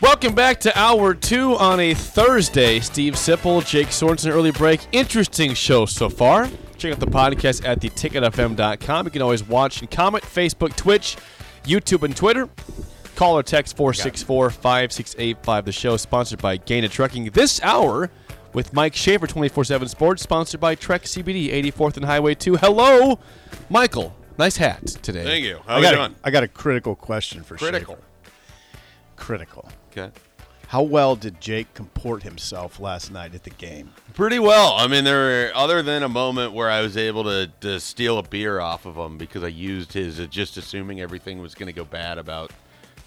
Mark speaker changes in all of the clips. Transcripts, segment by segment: Speaker 1: Welcome back to hour two on a Thursday. Steve Sipple, Jake Sorensen, early break. Interesting show so far. Check out the podcast at theticketfm.com. You can always watch and comment Facebook, Twitch, YouTube, and Twitter. Call or text 464 5685. The show is sponsored by Gaina Trucking. This hour with Mike Schaefer, 24 7 Sports, sponsored by Trek CBD, 84th and Highway 2. Hello, Michael. Nice hat today.
Speaker 2: Thank you.
Speaker 3: I
Speaker 2: How you
Speaker 3: got,
Speaker 2: doing?
Speaker 3: A, I got a critical question for Schaefer.
Speaker 2: Critical.
Speaker 3: Critical.
Speaker 2: Okay.
Speaker 3: How well did Jake comport himself last night at the game?
Speaker 2: Pretty well. I mean, there were, other than a moment where I was able to, to steal a beer off of him because I used his, uh, just assuming everything was going to go bad about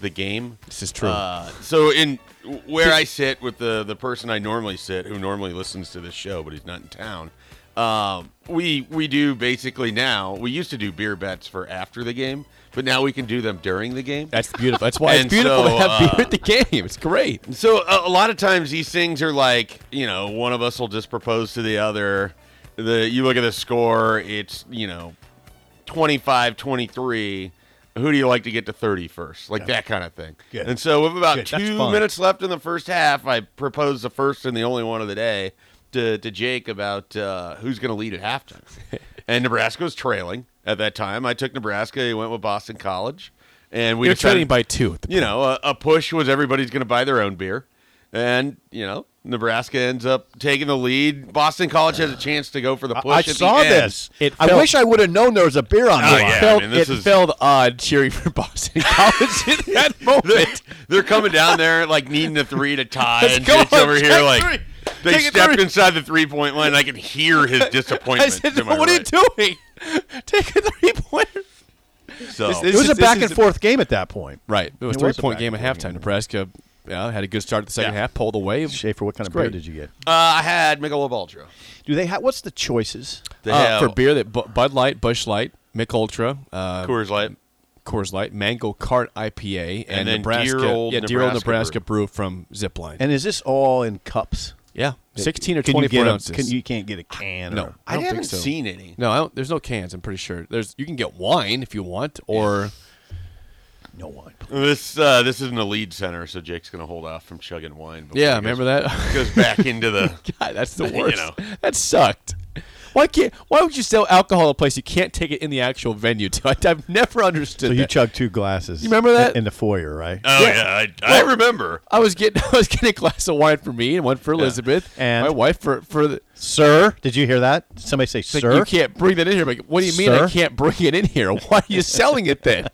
Speaker 2: the game.
Speaker 1: This is true.
Speaker 2: Uh, so in where I sit with the the person I normally sit, who normally listens to this show, but he's not in town. Um, we we do basically now. We used to do beer bets for after the game, but now we can do them during the game.
Speaker 1: That's beautiful. That's why it's
Speaker 2: And
Speaker 1: beautiful
Speaker 2: so,
Speaker 1: to have
Speaker 2: uh,
Speaker 1: beer at the game. It's great.
Speaker 2: So a, a lot of times these things are like, you know, one of us will just propose to the other. The you look at the score, it's, you know, 25-23. Who do you like to get to 30 first? Like that kind of thing.
Speaker 3: Good.
Speaker 2: And so with about
Speaker 3: Good. That's
Speaker 2: 2
Speaker 3: fun.
Speaker 2: minutes left in the first half, I proposed the first and the only one of the day to, to Jake about uh, who's going to lead at halftime. and Nebraska was trailing at that time. I took Nebraska, he went with Boston College. And we
Speaker 1: You're
Speaker 2: decided-
Speaker 1: trading by two. at the-
Speaker 2: you know, a, a push was everybody's going to buy their own beer. And, you know, Nebraska ends up taking the lead. Boston College has a chance to go for the push.
Speaker 3: I
Speaker 2: at the
Speaker 3: saw
Speaker 2: end.
Speaker 3: this.
Speaker 1: It
Speaker 3: I
Speaker 1: felt-
Speaker 3: wish I would have known there was a beer on the
Speaker 2: Oh,
Speaker 3: line.
Speaker 2: yeah, I
Speaker 1: felt,
Speaker 2: mean, this
Speaker 1: it
Speaker 2: is-
Speaker 1: felt odd cheering for Boston College in that moment.
Speaker 2: They're coming down there, like, needing the three to tie.
Speaker 1: Let's
Speaker 2: and
Speaker 1: go,
Speaker 2: Jake's over
Speaker 1: take
Speaker 2: here, like,
Speaker 1: three.
Speaker 2: they
Speaker 1: Take it
Speaker 2: stepped
Speaker 1: three.
Speaker 2: inside the three point line. I could hear his disappointment.
Speaker 1: I said,
Speaker 2: to my
Speaker 1: "What
Speaker 2: right."
Speaker 1: are you doing? Take a three-pointer."
Speaker 2: So,
Speaker 3: It was
Speaker 1: This
Speaker 3: a
Speaker 1: is-
Speaker 3: back
Speaker 1: this
Speaker 3: and
Speaker 1: is-
Speaker 3: forth game at that point.
Speaker 1: Right, it was
Speaker 3: It was a
Speaker 1: a three-point
Speaker 3: back
Speaker 1: game at
Speaker 3: door
Speaker 1: halftime. Nebraska yeah, had a good start to the second half, pulled away.
Speaker 3: Schaefer, what kind of
Speaker 1: great.
Speaker 3: beer did you get?
Speaker 2: uh, I had Michelob Ultra.
Speaker 3: Do they have what's the choices?
Speaker 2: They
Speaker 1: Uh,
Speaker 2: have
Speaker 1: for beer that Bu- Bud Light, Bush Light, Mick Ultra, uh,
Speaker 2: Coors Light.
Speaker 1: Coors Light, Mango Cart IPA, and,
Speaker 2: And then
Speaker 1: Nebraska,
Speaker 2: Dear Old
Speaker 1: yeah, Dear Old
Speaker 2: Nebraska
Speaker 1: Nebraska brew. from Zipline.
Speaker 3: And is this all in cups?
Speaker 1: yeah, sixteen or
Speaker 3: Can you get
Speaker 1: twenty-four
Speaker 3: them-
Speaker 1: ounces.
Speaker 3: can- you can't get a can.
Speaker 1: No.
Speaker 3: or-
Speaker 2: I,
Speaker 1: don't think
Speaker 2: haven't
Speaker 1: so.
Speaker 2: seen any.
Speaker 1: No, I don't, there's no cans. I'm pretty sure. There's you can get wine if you want, or
Speaker 3: no one.
Speaker 2: This uh, this isn't a lead center, so Jake's going to hold off from chugging wine. before
Speaker 1: yeah,
Speaker 2: he
Speaker 1: remember
Speaker 2: goes-
Speaker 1: that?
Speaker 2: Goes back into the
Speaker 1: God, that's the
Speaker 2: You
Speaker 1: worst.
Speaker 2: know.
Speaker 1: That sucked. Why can't? Why would you sell alcohol at a place you can't take it in the actual venue? To I, have never understood.
Speaker 3: So you
Speaker 1: that.
Speaker 3: chugged two glasses.
Speaker 1: You remember that?
Speaker 3: in the foyer, right?
Speaker 2: Oh yeah, I, I remember.
Speaker 1: I was getting I was getting a glass of wine for me and one for Elizabeth
Speaker 3: And-
Speaker 1: my wife for for the.
Speaker 3: Sir, did you hear that? Somebody say,
Speaker 1: It's like,
Speaker 3: "Sir."
Speaker 1: you can't bring that in here. I'm Like, what do you mean I
Speaker 3: Sir?
Speaker 1: can't bring it in here? Why are you selling it then?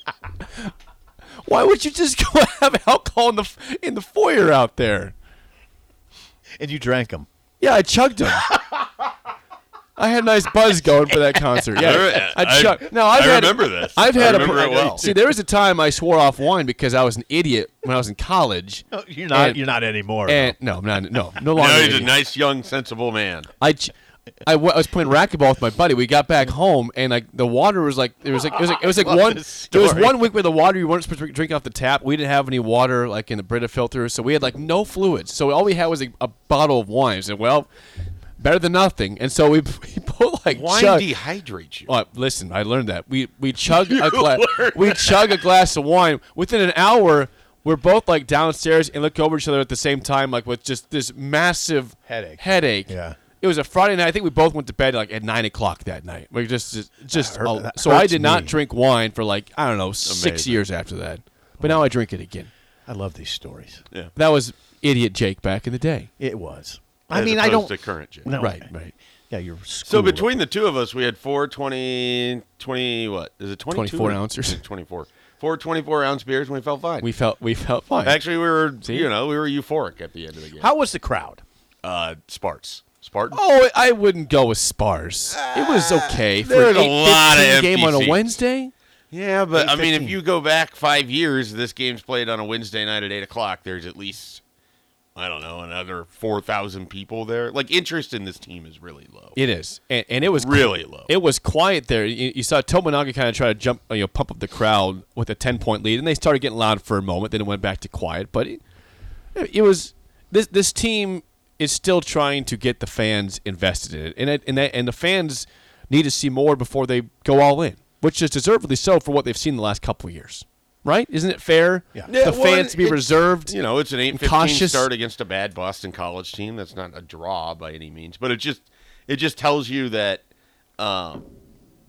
Speaker 1: Why would you just go have alcohol in the f- in the foyer out there?
Speaker 3: and you drank them.
Speaker 1: Yeah, I chugged them. I had a nice buzz going for that concert. Yeah,
Speaker 2: I-
Speaker 1: I
Speaker 2: I-
Speaker 1: chugged. No,
Speaker 2: I
Speaker 1: I've had
Speaker 2: remember this.
Speaker 1: I've
Speaker 2: I
Speaker 1: had
Speaker 2: remember
Speaker 1: a,
Speaker 2: it well.
Speaker 1: See, there was a time I swore off wine because I was an idiot when I was in college.
Speaker 3: You're not.
Speaker 1: And-
Speaker 3: you're not anymore.
Speaker 1: And no, I'm not. No, no longer.
Speaker 2: Uh-huh. No,
Speaker 1: an
Speaker 2: he's a
Speaker 1: idiot.
Speaker 2: nice, young, sensible man.
Speaker 1: I, ch- I, w- I was playing racquetball with my buddy. We got back home and like the water was like it was like it was like it was like one
Speaker 3: this
Speaker 1: there was
Speaker 3: story.
Speaker 1: one week where the water you weren't supposed to drink off the tap. We didn't have any water like in the Brita filter, so we had like no fluids. So all we had was a, a bottle of wine. So well, better than nothing. And so we, we put like
Speaker 2: Wine
Speaker 1: chug-
Speaker 2: dehydrates you.
Speaker 1: well, listen, I learned that. We we chug a gla- we chug a glass of wine. Within an hour, we're both like downstairs and look over each other at the same time, like with just this massive
Speaker 3: Headache.
Speaker 1: Headache.
Speaker 3: Yeah.
Speaker 1: It was a Friday night. I think we both went to bed like at nine o'clock that night. We just just, just
Speaker 3: hurt-
Speaker 1: oh,
Speaker 3: that
Speaker 1: so I
Speaker 3: hurts
Speaker 1: did not
Speaker 3: me.
Speaker 1: drink wine for like I don't know six
Speaker 2: Amazing.
Speaker 1: years after that. But now I drink it again.
Speaker 3: I love these stories.
Speaker 1: That was idiot Jake back in the day.
Speaker 3: It was.
Speaker 2: as
Speaker 3: I mean, I
Speaker 2: opposed
Speaker 3: don't.
Speaker 2: To current Jake.
Speaker 3: no,
Speaker 1: Right, right.
Speaker 3: Yeah, you're.
Speaker 2: So
Speaker 3: school-
Speaker 2: between the two of us, we had four 20, 20 what is it? 22?
Speaker 1: 24 ounces.
Speaker 2: Twenty four. Four 24 ounce beers, and we felt fine.
Speaker 1: We felt we felt fine.
Speaker 2: actually we were, you know, we were euphoric at the end of the game.
Speaker 3: how was the crowd?
Speaker 2: Uh, Sparks. Spartan.
Speaker 1: Oh, I wouldn't go with Spars. It was okay for
Speaker 2: Ah, There's
Speaker 1: an
Speaker 2: a lot of
Speaker 1: 8:15 game
Speaker 2: empty
Speaker 1: on a
Speaker 2: seats.
Speaker 1: Wednesday.
Speaker 2: yeah, but I mean, if
Speaker 1: 8:15.
Speaker 2: you go back five years, this game's played on a Wednesday night at eight o'clock. There's at least I don't know another four thousand people there. Like interest in this team is really low.
Speaker 1: It is, and, and it was
Speaker 2: Really low.
Speaker 1: It was quiet there. You, you saw Tominaga kind of try to jump, you know, pump up the crowd with a ten point lead, and they started getting loud for a moment. Then it went back to quiet, but it, it was this this team is still trying to get the fans invested in it, and it, and, that, and the fans need to see more before they go all in, which is deservedly so for what they've seen the last couple of years. Right? Isn't it fair?
Speaker 3: Yeah.
Speaker 1: The
Speaker 2: well,
Speaker 1: fans to be
Speaker 2: it's-
Speaker 1: reserved.
Speaker 2: You know, it's an eight
Speaker 1: and
Speaker 2: fifteen
Speaker 1: cautious.
Speaker 2: start against a bad Boston College team. That's not a draw by any means, but it just it just tells you that um,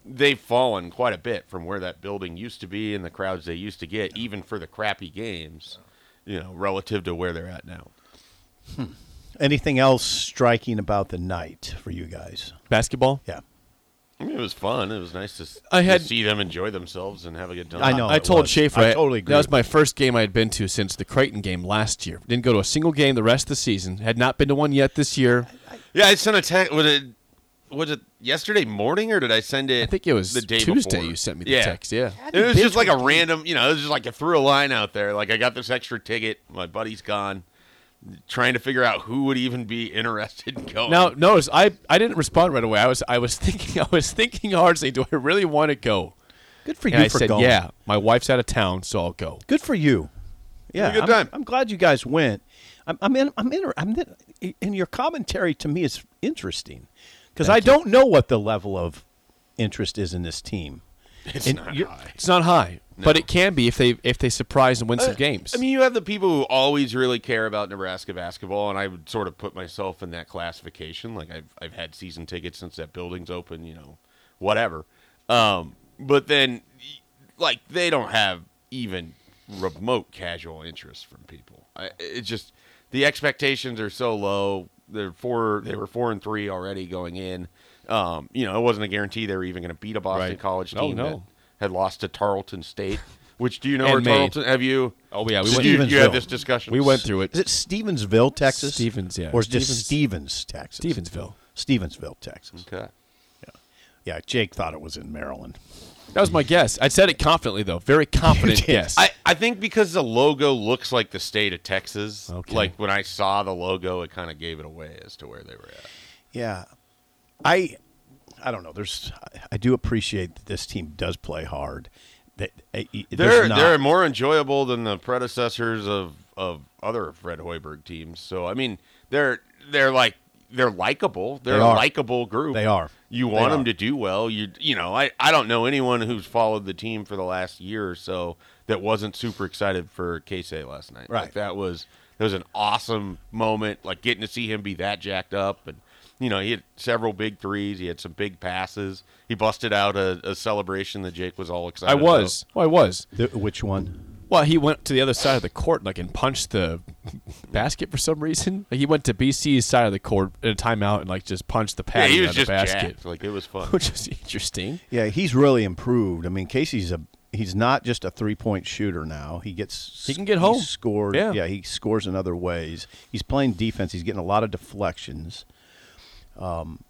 Speaker 2: they've fallen quite a bit from where that building used to be and the crowds they used to get, even for the crappy games. You know, relative to where they're at now.
Speaker 3: Anything else striking about the night for you guys?
Speaker 1: Basketball.
Speaker 3: Yeah.
Speaker 2: I mean, it was fun. It was nice to, s-
Speaker 1: I
Speaker 2: to
Speaker 1: had-
Speaker 2: see them enjoy themselves and have a good time.
Speaker 3: I know.
Speaker 1: I
Speaker 3: it
Speaker 1: told
Speaker 3: was.
Speaker 1: Schaefer
Speaker 3: I totally agree
Speaker 1: that was
Speaker 3: with
Speaker 1: my first game I had been to since the Creighton game last year. Didn't go to a single game the rest of the season. Had not been to one yet this year.
Speaker 2: Yeah, I sent a text. Was it was it yesterday morning or did I send it?
Speaker 1: I think it was
Speaker 2: the day
Speaker 1: Tuesday.
Speaker 2: before?
Speaker 1: You sent me the
Speaker 2: Yeah.
Speaker 1: text. Yeah,
Speaker 2: It was just like a random, you know, it was just like I threw a line out there. Like, I got this extra ticket. My buddy's gone. Trying to figure out who would even be interested in going.
Speaker 1: Now notice I, I didn't respond right away. I was I was thinking I was thinking hard saying, Do I really want to go?
Speaker 3: Good for
Speaker 1: And
Speaker 3: you
Speaker 1: I
Speaker 3: for
Speaker 1: said,
Speaker 3: going.
Speaker 1: Yeah, my wife's out of town, so I'll go.
Speaker 3: Good for you. Yeah.
Speaker 2: a good
Speaker 3: I'm,
Speaker 2: time.
Speaker 3: I'm glad you guys went. I'm I'm in, I'm, in, I'm in, and your commentary to me is interesting because I don't know what the level of interest is in this team.
Speaker 2: it's
Speaker 3: and
Speaker 2: not
Speaker 3: you're-
Speaker 2: high.
Speaker 1: It's not high. But it can be if they if they surprise and win some games.
Speaker 2: I mean, you have the people who always really care about Nebraska basketball, and I would sort of put myself in that classification. Like I've I've had season tickets since that building's open, you know, whatever. Um, but then, like they don't have even remote casual interest from people. I, it's just the expectations are so low. They're four. They were four and three already going in. Um, you know, it wasn't a guarantee they were even going to beat a Boston
Speaker 1: Right.
Speaker 2: College
Speaker 1: No,
Speaker 2: team
Speaker 1: no.
Speaker 2: that had lost to Tarleton State. Which do you know
Speaker 1: And
Speaker 2: where
Speaker 1: Maine.
Speaker 2: Tarleton? Have you?
Speaker 1: oh yeah, we
Speaker 2: Did
Speaker 1: went
Speaker 2: you, you had
Speaker 3: Stevensville.
Speaker 2: this discussion.
Speaker 1: we went through it.
Speaker 3: Is it Stevensville, Texas?
Speaker 1: Stevens, yeah.
Speaker 3: Or is it just
Speaker 1: Stevens.
Speaker 3: Stevens, Texas?
Speaker 1: Stevensville.
Speaker 3: Stevensville, Texas.
Speaker 2: Okay.
Speaker 3: Yeah, Jake thought it was in Maryland.
Speaker 1: That was my guess. I said it confidently though. Very confident
Speaker 3: did.
Speaker 1: guess.
Speaker 2: I, I think because the logo looks like the state of Texas.
Speaker 1: Okay.
Speaker 2: Like when I saw the logo, it kind of gave it away as to where they were at.
Speaker 3: Yeah, I, I don't know. There's, I do appreciate that this team does play hard. That uh, y-
Speaker 2: They're
Speaker 3: there's not-
Speaker 2: they're more enjoyable than the predecessors of of other Fred Hoiberg teams. So I mean, they're they're like they're likable. They're
Speaker 3: They
Speaker 2: a
Speaker 3: are.
Speaker 2: likable group.
Speaker 3: They are.
Speaker 2: You
Speaker 3: They
Speaker 2: want them
Speaker 3: are.
Speaker 2: to do well. You you know, I I don't know anyone who's followed the team for the last year or so that wasn't super excited for Casey last night. Like,
Speaker 3: Right.
Speaker 2: that was that was an awesome moment. Like getting to see him be that jacked up and. You know, he had several big threes. He had some big passes. He busted out a, a celebration that Jake was all excited.
Speaker 1: I
Speaker 2: about.
Speaker 1: was. Oh, I was.
Speaker 3: Th- which one?
Speaker 1: Well, he went to the other side of the court, like and punched the basket for some reason. Like he went to BC's side of the court in a timeout and like just punched the
Speaker 2: Yeah,
Speaker 1: pad
Speaker 2: he
Speaker 1: out
Speaker 2: was
Speaker 1: of the
Speaker 2: just
Speaker 1: basket,
Speaker 2: jacked. Like it was fun.
Speaker 1: which is interesting.
Speaker 3: Yeah, he's really improved. I mean, Casey's a he's not just a three point shooter now. He gets
Speaker 1: He can get home.
Speaker 3: Scored.
Speaker 1: Yeah.
Speaker 3: yeah, he scores in other ways. He's playing defense. He's getting a lot of deflections. Um,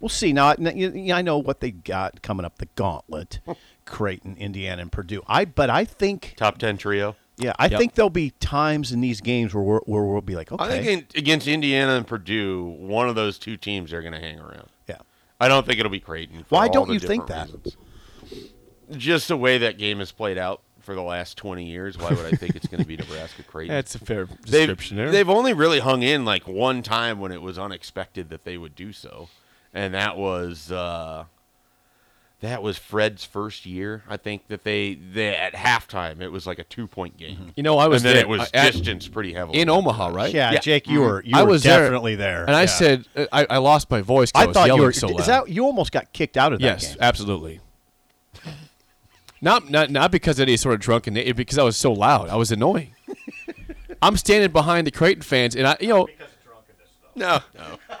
Speaker 3: We'll see. Now, n- you- you- I know what they got coming up: the gauntlet, Creighton, Indiana, and Purdue. I, but I think,
Speaker 2: Top ten trio.
Speaker 3: yeah, I
Speaker 1: Yep.
Speaker 3: think there'll be times in these games where we're, where we'll be like, okay,
Speaker 2: I think in, against Indiana and Purdue, one of those two teams are going to hang around.
Speaker 3: yeah,
Speaker 2: I don't think it'll be Creighton. for
Speaker 3: Why
Speaker 2: all
Speaker 3: don't
Speaker 2: the
Speaker 3: you think
Speaker 2: different
Speaker 3: that?
Speaker 2: reasons. Just the way that game has played out for the last twenty years. Why would I think it's going to be Nebraska Creighton?
Speaker 1: That's a fair
Speaker 2: they've,
Speaker 1: description
Speaker 3: eh?
Speaker 1: there.
Speaker 2: they've only really hung in like one time when it was unexpected that they would do so, and that was uh, that was Fred's first year. I think that they they at halftime it was like a two point game.
Speaker 3: Mm-hmm.
Speaker 1: you know, I was
Speaker 2: and then
Speaker 1: there
Speaker 2: it was
Speaker 1: I- at-
Speaker 2: distanced pretty heavily
Speaker 1: in Omaha, right?
Speaker 3: yeah,
Speaker 2: Yeah.
Speaker 3: Jake, you were, you
Speaker 1: Mm-hmm. I
Speaker 3: were
Speaker 1: was there,
Speaker 3: definitely there,
Speaker 1: and I
Speaker 3: Yeah.
Speaker 1: said I, I lost my voice. 'cause
Speaker 3: I,
Speaker 1: was
Speaker 3: thought you
Speaker 1: yelling
Speaker 3: were.
Speaker 1: so loud.
Speaker 3: is that you almost got kicked out of that
Speaker 1: yes,
Speaker 3: game?
Speaker 1: absolutely. Not not not because of any sort of drunken, it because I was so loud. I was annoying. I'm standing behind the Creighton fans, and I you know.
Speaker 2: No,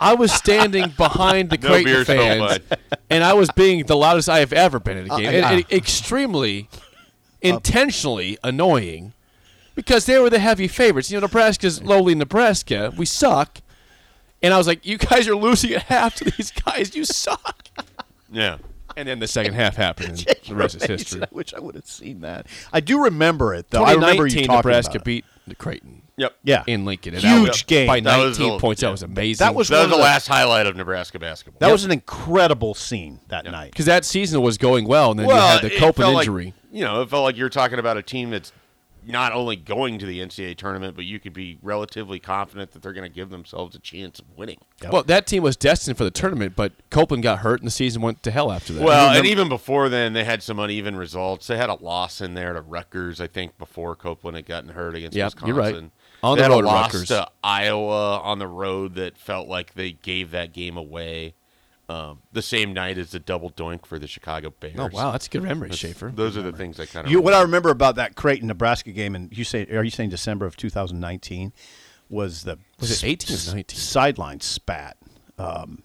Speaker 1: I was standing behind the
Speaker 2: No
Speaker 1: Creighton
Speaker 2: beer, no
Speaker 1: fans,
Speaker 2: mud.
Speaker 1: and I was being the loudest I have ever been at a game,
Speaker 3: Uh,
Speaker 1: and,
Speaker 3: yeah.
Speaker 1: and extremely, intentionally annoying, because they were the heavy favorites. You know, Nebraska's lowly Nebraska. We suck, And I was like, you guys are losing at half to these guys. You suck.
Speaker 2: Yeah.
Speaker 1: And then the second half happened, and the rest is history.
Speaker 3: I wish I would have seen that. I do remember it though. I remember you
Speaker 1: 2019,
Speaker 3: talking
Speaker 1: Nebraska
Speaker 3: about it.
Speaker 1: beat the Creighton
Speaker 2: Yep.
Speaker 3: Yeah,
Speaker 1: in Lincoln. And
Speaker 3: Huge
Speaker 1: that was,
Speaker 3: game.
Speaker 1: By
Speaker 2: That
Speaker 1: 19
Speaker 2: was old.
Speaker 1: points.
Speaker 2: Yeah.
Speaker 1: That was amazing.
Speaker 3: That was
Speaker 2: That
Speaker 3: one
Speaker 2: was the
Speaker 1: uh,
Speaker 3: of the-
Speaker 2: last highlight of Nebraska basketball.
Speaker 3: that was an incredible scene that night.
Speaker 1: because that season was going well, and then you had the
Speaker 2: it
Speaker 1: Copeland
Speaker 2: felt like-
Speaker 1: injury.
Speaker 2: you know, it felt like you're talking about a team that's not only going to the NCAA tournament, but you could be relatively confident that they're going to give themselves a chance of winning.
Speaker 1: Well, that team was destined for the tournament, but Copeland got hurt, and the season went to hell after that.
Speaker 2: Well, and even before then, they had some uneven results. They had a loss in there to Rutgers, I think, before Copeland had gotten hurt against
Speaker 1: Yep,
Speaker 2: Wisconsin.
Speaker 1: you're right. On
Speaker 2: they
Speaker 1: the
Speaker 2: had
Speaker 1: road
Speaker 2: a
Speaker 1: to
Speaker 2: loss
Speaker 1: Rutgers.
Speaker 2: to Iowa on the road that felt like they gave that game away. Um, the same night as the double doink for the Chicago Bears.
Speaker 1: oh wow, that's a good memory, Schaefer.
Speaker 2: Those are the things I kind of
Speaker 3: You, what I remember about that Creighton Nebraska game, and you say, are you saying December of 2019 was the
Speaker 1: Was it
Speaker 3: s-
Speaker 1: 18 or
Speaker 3: s-
Speaker 1: 19?
Speaker 3: sideline spat? Um,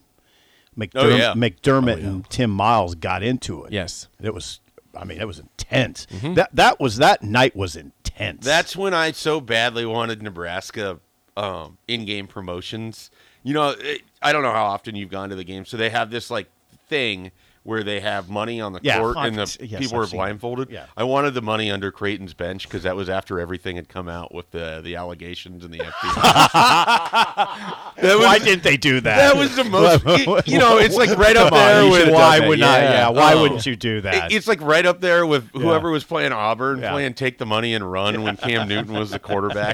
Speaker 3: McDerm-
Speaker 2: Oh, yeah.
Speaker 3: McDermott and Tim Miles got into it.
Speaker 1: Yes. Mm-hmm.
Speaker 3: it was. I mean, it was intense. That that was that night was intense.
Speaker 2: That's when I so badly wanted Nebraska um, in-game promotions. You know, it, I don't know how often you've gone to the game, so they have this like thing where they have money on the
Speaker 3: Yeah,
Speaker 2: court
Speaker 3: I've-
Speaker 2: and the
Speaker 3: yes,
Speaker 2: people
Speaker 3: I've
Speaker 2: are
Speaker 3: seen it.
Speaker 2: blindfolded.
Speaker 3: Yeah.
Speaker 2: I wanted the money under Creighton's bench because that was after everything had come out with the the allegations and the FBI.
Speaker 3: why didn't they do that?
Speaker 2: that was the most. it- you know, it's like right up
Speaker 3: Come on,
Speaker 2: there
Speaker 3: you
Speaker 2: with
Speaker 3: should've done
Speaker 2: why
Speaker 3: that.
Speaker 2: would
Speaker 3: yeah,
Speaker 2: I?
Speaker 3: Yeah, why
Speaker 2: Oh.
Speaker 3: wouldn't you do that?
Speaker 2: It- It's like right up there with whoever
Speaker 3: Yeah.
Speaker 2: was playing Auburn,
Speaker 3: Yeah.
Speaker 2: playing "Take the Money and Run" when Cam Newton was the quarterback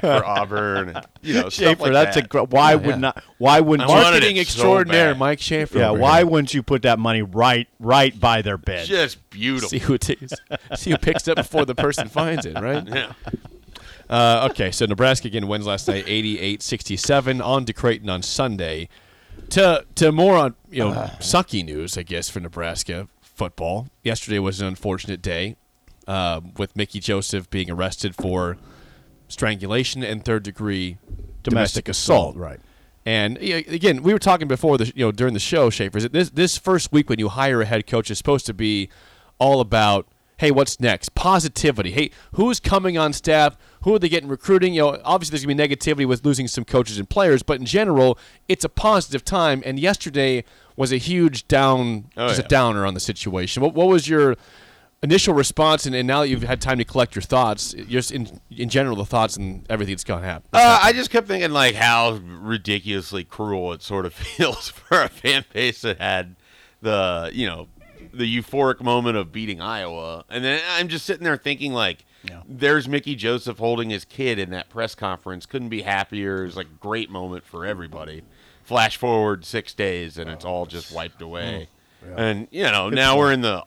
Speaker 2: for Auburn. And, you know, stuff
Speaker 3: Schaefer,
Speaker 2: like
Speaker 3: that's
Speaker 2: that.
Speaker 3: a gr- why
Speaker 1: yeah.
Speaker 3: would not? Why wouldn't
Speaker 2: I
Speaker 3: you-
Speaker 2: wanted
Speaker 1: Marketing
Speaker 2: it so
Speaker 1: extraordinaire,
Speaker 2: bad.
Speaker 1: Mike Schaefer.
Speaker 3: Yeah,
Speaker 1: over
Speaker 3: why
Speaker 1: here.
Speaker 3: wouldn't you put that money right right by their bed?
Speaker 2: just beautiful.
Speaker 1: See who it takes. see who picks it up before the person finds it, right?
Speaker 2: Yeah.
Speaker 1: Uh, okay, so Nebraska again wins last night, 88-67, on to Creighton on Sunday. To to more on you know sucky news, I guess for Nebraska football. Yesterday was an unfortunate day, uh, with Mickey Joseph being arrested for strangulation and third degree domestic, assault.
Speaker 3: right.
Speaker 1: And yeah, again, we were talking before the you know during the show, Schaefer. Is that this this first week when you hire a head coach is supposed to be all about hey, what's next? Positivity. Hey, who's coming on staff? Who are they getting recruiting? You know, obviously there's gonna be negativity with losing some coaches and players, but in general, it's a positive time. And yesterday was a huge down,
Speaker 2: Oh,
Speaker 1: just
Speaker 2: yeah.
Speaker 1: a downer on the situation. What what was your initial response? And, and now that you've had time to collect your thoughts, just in in general, the thoughts and everything that's gone happen.
Speaker 2: Uh, I just kept thinking like how ridiculously cruel it sort of feels for a fan base that had the you know the euphoric moment of beating Iowa, and then I'm just sitting there thinking like.
Speaker 3: Yeah.
Speaker 2: There's Mickey Joseph holding his kid in that press conference. Couldn't be happier. It was like a great moment for everybody. Flash forward six days and it's all just wiped away. And you know, now we're in the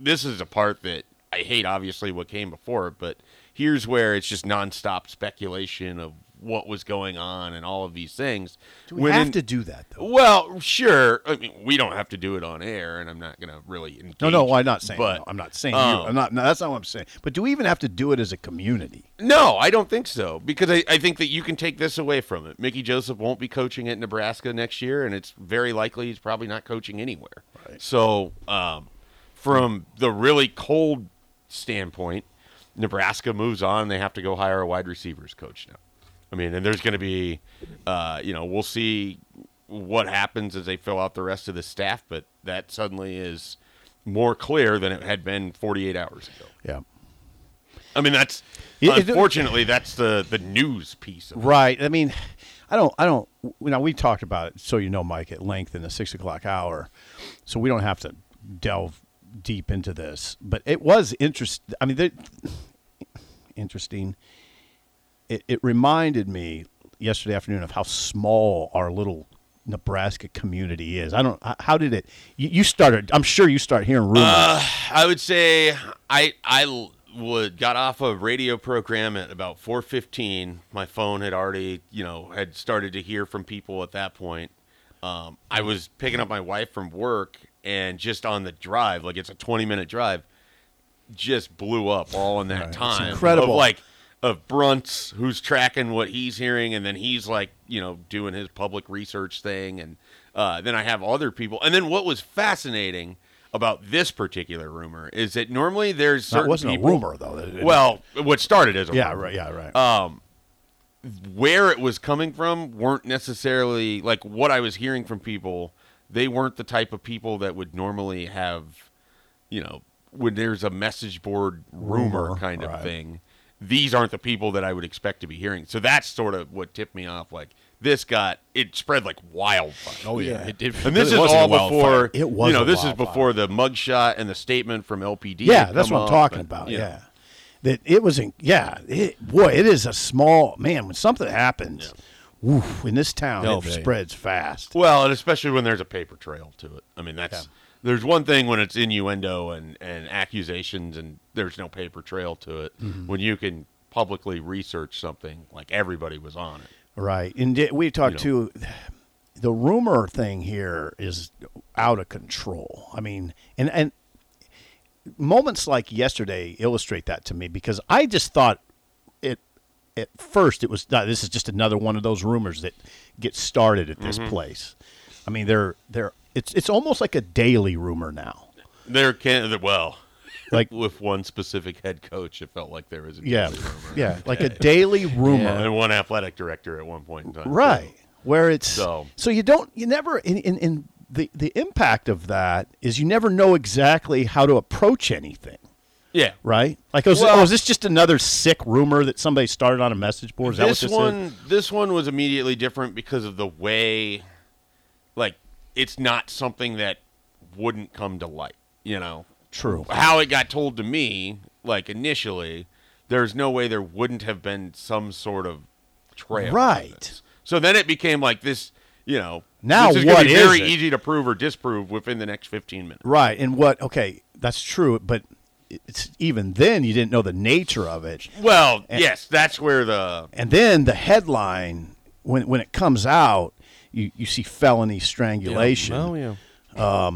Speaker 2: this is a part that I hate, obviously, what came before, it, but here's where it's just nonstop speculation of what was going on and all of these things.
Speaker 3: Do we
Speaker 2: When
Speaker 3: have
Speaker 2: in-
Speaker 3: to do that though?
Speaker 2: Well, sure. I mean, we don't have to do it on air, and I'm not going to really. Engage,
Speaker 3: No, no, I'm not saying.
Speaker 2: But
Speaker 3: no, I'm not saying.
Speaker 2: um,
Speaker 3: you. I'm not. No, that's not what I'm saying. But do we even have to do it as a community?
Speaker 2: No, I don't think so because I, I think that you can take this away from it. Mickey Joseph won't be coaching at Nebraska next year, and it's very likely he's probably not coaching anywhere. So, um, from the really cold standpoint, Nebraska moves on. They have to go hire a wide receivers coach now. I mean, and there's going to be, uh, you know, we'll see what happens as they fill out the rest of the staff, but that suddenly is more clear than it had been 48 hours ago.
Speaker 3: Yeah.
Speaker 2: I mean, that's
Speaker 3: It- it-
Speaker 2: unfortunately that's the the news piece of it.
Speaker 3: Right. I mean, I don't. I don't. You know, we talked about it, so you know, Mike, at length in the six o'clock hour, so we don't have to delve deep into this. But it was interest. I mean, there- interesting. It, it reminded me yesterday afternoon of how small our little Nebraska community is. I don't. h- How did it? You, you started. I'm sure you start hearing rumors.
Speaker 2: I would say I I l- would got off a radio program at about 4:15. My phone had already, you know, had started to hear from people at that point. Um, I was picking up my wife from work and just on the drive, like it's a 20-minute drive, just blew up all in that time.
Speaker 3: incredible.
Speaker 2: Of like of Brunts who's tracking what he's hearing, and then he's like, you know, doing his public research thing, and uh, then I have other people. And then what was fascinating about this particular rumor is that normally there's
Speaker 3: that
Speaker 2: certain
Speaker 3: wasn't
Speaker 2: people.
Speaker 3: a rumor though.
Speaker 2: Well, what started as a
Speaker 3: Yeah.
Speaker 2: rumor.
Speaker 3: Right. Yeah. Right.
Speaker 2: Um, where it was coming from weren't necessarily like what I was hearing from people. They weren't the type of people that would normally have, you know, when there's a message board rumor,
Speaker 3: Rumor,
Speaker 2: kind of
Speaker 3: right.
Speaker 2: thing. These aren't the people that I would expect to be hearing. So that's sort of what tipped me off. Like this got it spread like wildfire.
Speaker 1: Oh yeah,
Speaker 3: Yeah.
Speaker 1: It, it
Speaker 2: And
Speaker 1: really
Speaker 2: this is
Speaker 1: wasn't a
Speaker 2: all
Speaker 1: wildfire.
Speaker 2: before
Speaker 3: It was
Speaker 2: You know,
Speaker 3: a
Speaker 2: this is
Speaker 3: wildfire.
Speaker 2: before the mugshot and the statement from LPD.
Speaker 3: Yeah,
Speaker 2: had
Speaker 3: that's
Speaker 2: come
Speaker 3: what I'm
Speaker 2: up,
Speaker 3: talking
Speaker 2: and,
Speaker 3: about.
Speaker 2: you
Speaker 3: Yeah.
Speaker 2: know.
Speaker 3: That it was, in, yeah, it, boy, it is a small, man, when something happens, woof, in this town,
Speaker 1: Oh,
Speaker 3: it
Speaker 1: man.
Speaker 3: spreads fast.
Speaker 2: Well, and especially when there's a paper trail to it. I mean, that's there's one thing when it's innuendo and and accusations, and there's no paper trail to it.
Speaker 3: Mm-hmm.
Speaker 2: When you can publicly research something, like everybody was on it.
Speaker 3: Right. And di- we talked
Speaker 2: You
Speaker 3: to the rumor thing here is out of control. I mean, and and moments like yesterday illustrate that to me because I just thought it at first it was "Nah, this is just another one of those rumors that get started at
Speaker 2: Mm-hmm.
Speaker 3: this place. I mean, they're they're it's it's almost like a daily rumor now.
Speaker 2: There can well,
Speaker 3: Like
Speaker 2: with one specific head coach, it felt like there was a
Speaker 3: yeah,
Speaker 2: daily rumor.
Speaker 3: yeah, like a daily rumor.
Speaker 2: and one athletic director at one point in time, too.
Speaker 3: right where it's
Speaker 2: So-
Speaker 3: so, you don't you never in, in, in the the impact of that is you never know exactly how to approach anything
Speaker 2: Yeah,
Speaker 3: right like was,
Speaker 2: Well-
Speaker 3: oh, is this just another sick rumor that somebody started on a message board is that what
Speaker 2: this one this one was immediately different because of the way like it's not something that wouldn't come to light you know
Speaker 3: true
Speaker 2: how it got told to me like initially there's no way there wouldn't have been some sort of trail of
Speaker 3: Right.
Speaker 2: this. so then it became like this you know
Speaker 3: Now
Speaker 2: this is gonna
Speaker 3: what
Speaker 2: be
Speaker 3: is
Speaker 2: very
Speaker 3: it?
Speaker 2: easy to prove or disprove within the next 15 minutes
Speaker 3: right and what okay that's true but it's even then you didn't know the nature of it
Speaker 2: well yes that's where the
Speaker 3: and then the headline when when it comes out you you see felony strangulation
Speaker 1: Oh yeah.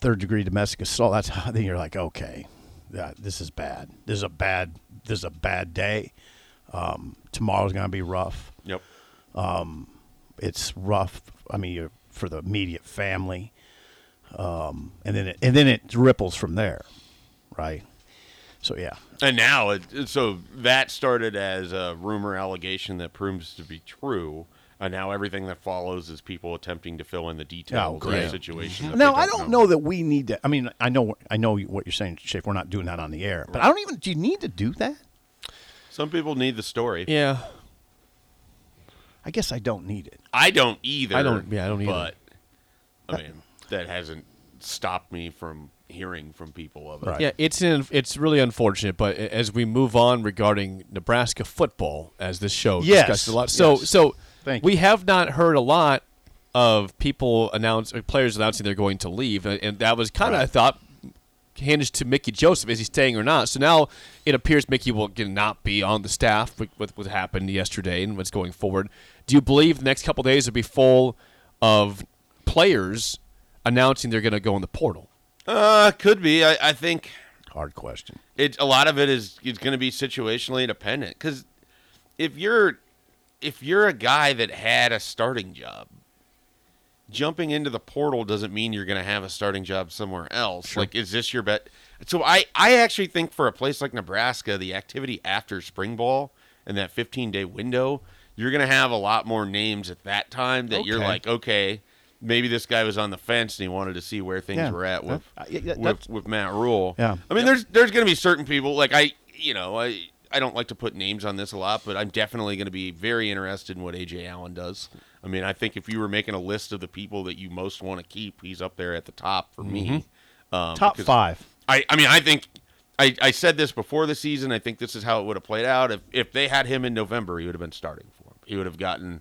Speaker 3: third degree domestic assault. That's how then you're like, okay, yeah, this is bad. This is a bad. This is a bad day. Um, tomorrow's gonna be rough.
Speaker 2: yep
Speaker 3: It's rough. I mean, you're, for the immediate family, um, and then it, and then it ripples from there, right? So yeah,
Speaker 2: And now, it, it- so that started as a rumor allegation that proves to be true. And now everything that follows is people attempting to fill in the details of the
Speaker 3: Oh, great.
Speaker 2: situation. that
Speaker 3: Now
Speaker 2: they
Speaker 3: I don't know that we need to. I mean, I know I know what you're saying, Shafe. We're not doing that on the air, but I don't even. Do you need to do that?
Speaker 2: Some people need the story.
Speaker 1: Yeah.
Speaker 3: I guess I don't need it.
Speaker 2: I don't either.
Speaker 1: I don't- yeah, I don't either.
Speaker 2: But I mean, that hasn't stopped me from hearing from people of it.
Speaker 3: Right.
Speaker 1: Yeah, it's in, it's really unfortunate, but a- as we move on regarding Nebraska football, as this show
Speaker 3: Yes.
Speaker 1: discussed a lot, so so
Speaker 3: Thank you.
Speaker 1: we have not heard a lot of people announce or players announcing they're going to leave, and, and that was kind of I thought handed to Mickey Joseph is he staying or not? So now it appears Mickey will again not be on the staff with, with what happened yesterday and what's going forward. Do you believe the next couple of days will be full of players announcing they're going to go in the portal?
Speaker 2: Uh, could be. I, I think
Speaker 3: Hard question.
Speaker 2: it a lot of it is is going to be situationally dependent because if you're if you're a guy that had a starting job jumping into the portal doesn't mean you're going to have a starting job somewhere else like is this your bet so i i actually think for a place like nebraska the activity after spring ball and that 15 day window you're going to have a lot more names at that time that you're
Speaker 3: Okay.
Speaker 2: like okay maybe this guy was on the fence and he wanted to see where things
Speaker 3: Yeah.
Speaker 2: were at with
Speaker 3: Uh, yeah, yeah,
Speaker 2: with
Speaker 3: that's-
Speaker 2: with Matt Rule.
Speaker 3: Yeah.
Speaker 2: I mean, there's there's going to be certain people like I, you know, I I don't like to put names on this a lot, but I'm definitely going to be very interested in what AJ Allen does. I mean, I think if you were making a list of the people that you most want to keep, he's up there at the top for me. Um,
Speaker 3: Mm-hmm. Top
Speaker 2: because
Speaker 3: five.
Speaker 2: I, I mean, I think I, I said this before the season. I think this is how it would have played out. If if they had him in November, he would have been starting for him. He would have gotten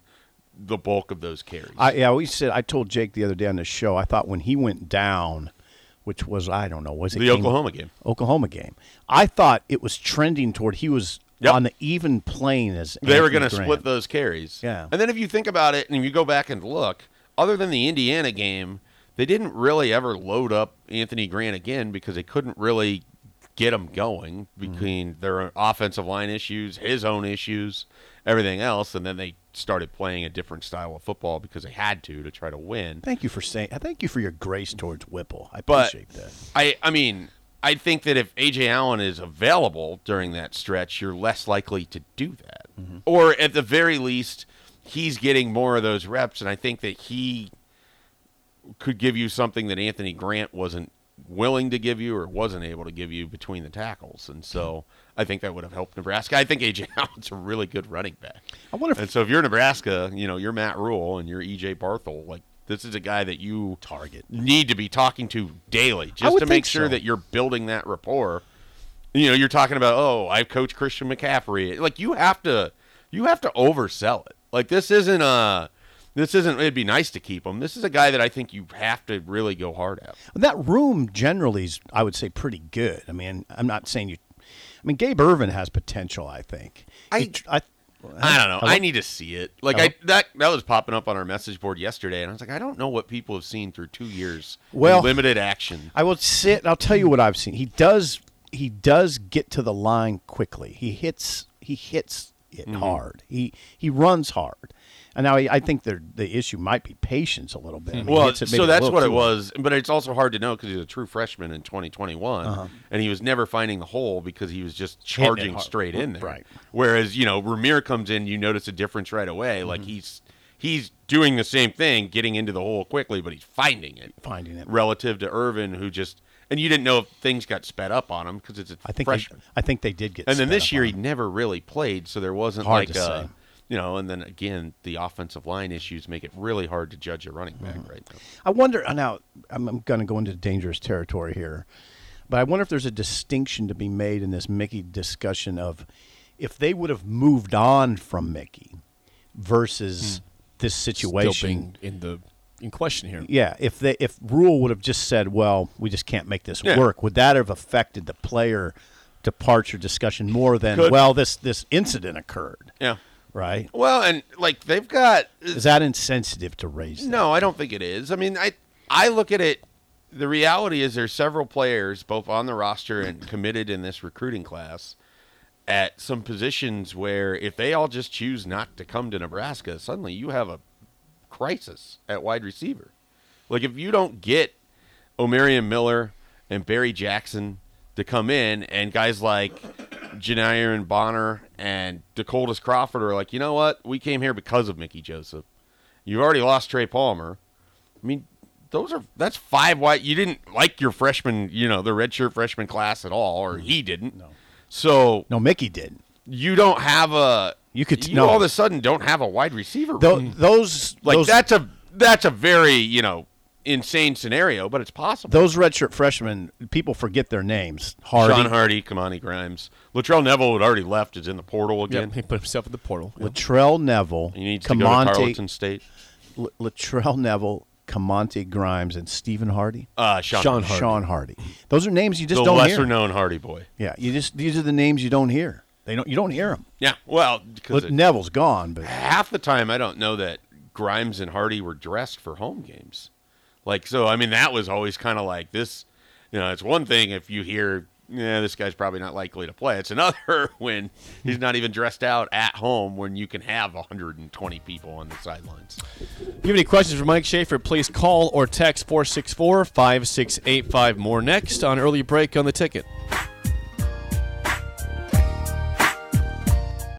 Speaker 2: the bulk of those carries.
Speaker 3: I yeah, we said I told Jake the other day on the show. I thought when he went down, which was I don't know, was it
Speaker 2: the
Speaker 3: game-
Speaker 2: Oklahoma game.
Speaker 3: Oklahoma game? I thought it was trending toward he was
Speaker 2: Yep.
Speaker 3: on the even plane as
Speaker 2: They were
Speaker 3: Anthony
Speaker 2: going to
Speaker 3: Grant.
Speaker 2: split those carries.
Speaker 3: Yeah.
Speaker 2: And then if you think about it and you go back and look, other than the Indiana game, they didn't really ever load up Anthony Grant again because they couldn't really get him going between their offensive line issues, his own issues, everything else. And then they started playing a different style of football because they had to to try to win.
Speaker 3: Thank you for saying. I thank you for your grace towards Whipple. I
Speaker 2: But-
Speaker 3: appreciate that.
Speaker 2: I I mean, I think that if AJ Allen is available during that stretch, you're less likely to do that. or at the very least, he's getting more of those reps, and I think that he could give you something that Anthony Grant wasn't willing to give you or wasn't able to give you between the tackles, and so I think that would have helped Nebraska. I think AJ Allen's a really good running back,
Speaker 3: I wonder if
Speaker 2: and so if you're Nebraska, you know you're Matt Rule and you're EJ Barthol, like. This is a guy that you
Speaker 3: Target.
Speaker 2: need to be talking to daily just
Speaker 3: would
Speaker 2: to make
Speaker 3: think
Speaker 2: sure
Speaker 3: so.
Speaker 2: that you're building that rapport you know, you're talking about, oh, I've coached Christian McCaffrey. Like you have to, you have to oversell it. Like this isn't a, this isn't. It'd be nice to keep him. This is a guy that I think you have to really go hard at.
Speaker 3: that room generally is, I would say, pretty good. I mean, I'm not saying you. I mean, Gabe Irvin has potential. I think.
Speaker 2: I-
Speaker 3: He tr- I,
Speaker 2: I don't know.
Speaker 3: Hello?
Speaker 2: I need to see it. Like
Speaker 3: Hello?
Speaker 2: I that that was popping up on our message board yesterday, and I was like, I don't know what people have seen through two years. in
Speaker 3: Well-
Speaker 2: limited action.
Speaker 3: I will sit. I'll tell you what I've seen. He does. He does get to the line quickly. He hits. He hits it
Speaker 2: Mm-hmm.
Speaker 3: hard. He he runs hard. And now I, I think the the issue might be patience a little bit. I mean, he
Speaker 2: Well,
Speaker 3: hits it maybe
Speaker 2: so
Speaker 3: a
Speaker 2: that's
Speaker 3: little
Speaker 2: what it
Speaker 3: too-
Speaker 2: was, but it's also hard to know because he's a true freshman in 2021, and he was never finding the hole because he was just
Speaker 3: Uh-huh. it
Speaker 2: charging
Speaker 3: hard.
Speaker 2: straight in there.
Speaker 3: Right.
Speaker 2: Whereas you know Ramir comes in, you notice a difference right away. Like
Speaker 3: Mm-hmm.
Speaker 2: he's he's doing the same thing, getting into the hole quickly, but he's finding it.
Speaker 3: Finding it.
Speaker 2: Relative to Irvin, who just and you didn't know if things got sped up on him because it's a
Speaker 3: I think they,
Speaker 2: freshman.
Speaker 3: I think they did get.
Speaker 2: And then
Speaker 3: sped
Speaker 2: this
Speaker 3: up
Speaker 2: year
Speaker 3: on
Speaker 2: he never really played, so there wasn't
Speaker 3: Hard
Speaker 2: like
Speaker 3: to
Speaker 2: a
Speaker 3: say.
Speaker 2: you know. And then again, the offensive line issues make it really hard to judge a running back
Speaker 3: Mm-hmm.
Speaker 2: right now.
Speaker 3: I wonder uh, now. I'm, I'm going to go into dangerous territory here, but I wonder if there's a distinction to be made in this Mickey discussion of if they would have moved on from Mickey versus
Speaker 2: Hmm.
Speaker 3: this situation.
Speaker 1: Still being in the in question here.
Speaker 3: Yeah, if they if Rule would have just said, "Well, we just can't make this
Speaker 2: Yeah.
Speaker 3: work," would that have affected the player departure discussion more than
Speaker 2: Could.
Speaker 3: well this this incident occurred?
Speaker 2: Yeah.
Speaker 3: Right?
Speaker 2: Well, and like they've got
Speaker 3: Is that insensitive to raise? that?
Speaker 2: no, I don't think it is. I mean, I I look at it. The reality is there's several players both on the roster and committed in this recruiting class at some positions where if they all just choose not to come to Nebraska, suddenly you have a crisis at wide receiver. Like if you don't get Omarion Miller and Barry Jackson to come in, and guys like Janier and Bonner and Dakotas Crawford are like, you know what? We came here because of Mickey Joseph. You've already lost Trey Palmer. I mean, those are that's five white. You didn't like your freshman, you know, the redshirt freshman class at all, or he didn't. No. So
Speaker 3: no, Mickey did.
Speaker 2: you don't have a
Speaker 3: You could-
Speaker 2: you
Speaker 3: no.
Speaker 2: all of a sudden don't have a wide receiver.
Speaker 3: Tho- those
Speaker 2: Hmm. like
Speaker 3: those,
Speaker 2: that's a that's a very you know insane scenario, but it's possible.
Speaker 3: those redshirt freshmen, people forget their names. Hardy,
Speaker 2: Sean Hardy, Kamani Grimes, Latrell Neville had already left. Is in the portal again.
Speaker 1: Yep, he put himself in the portal. Yep.
Speaker 3: Latrell Neville,
Speaker 2: He needs to go to Tarleton
Speaker 3: Camonte,
Speaker 2: State.
Speaker 3: L- Latrell Neville, Camonte Grimes, and Stephen Hardy.
Speaker 2: Uh, Sean,
Speaker 1: Sean Hardy.
Speaker 3: Sean Hardy. Those are names you just
Speaker 2: the
Speaker 3: don't
Speaker 2: lesser
Speaker 3: hear.
Speaker 2: known Hardy boy.
Speaker 3: Yeah, you just these are the names you don't hear. They don't you don't hear them.
Speaker 2: Yeah, well, because
Speaker 3: But Neville's gone, but
Speaker 2: half the time I don't know that Grimes and Hardy were dressed for home games. Like so, I mean that was always kind of like this. You know, it's one thing if you hear, yeah, this guy's probably not likely to play. It's another when he's not even dressed out at home when you can have 120 people on the sidelines.
Speaker 1: If you have any questions for Mike Schaefer, please call or text 464 5685. More next on Early Break on the Ticket.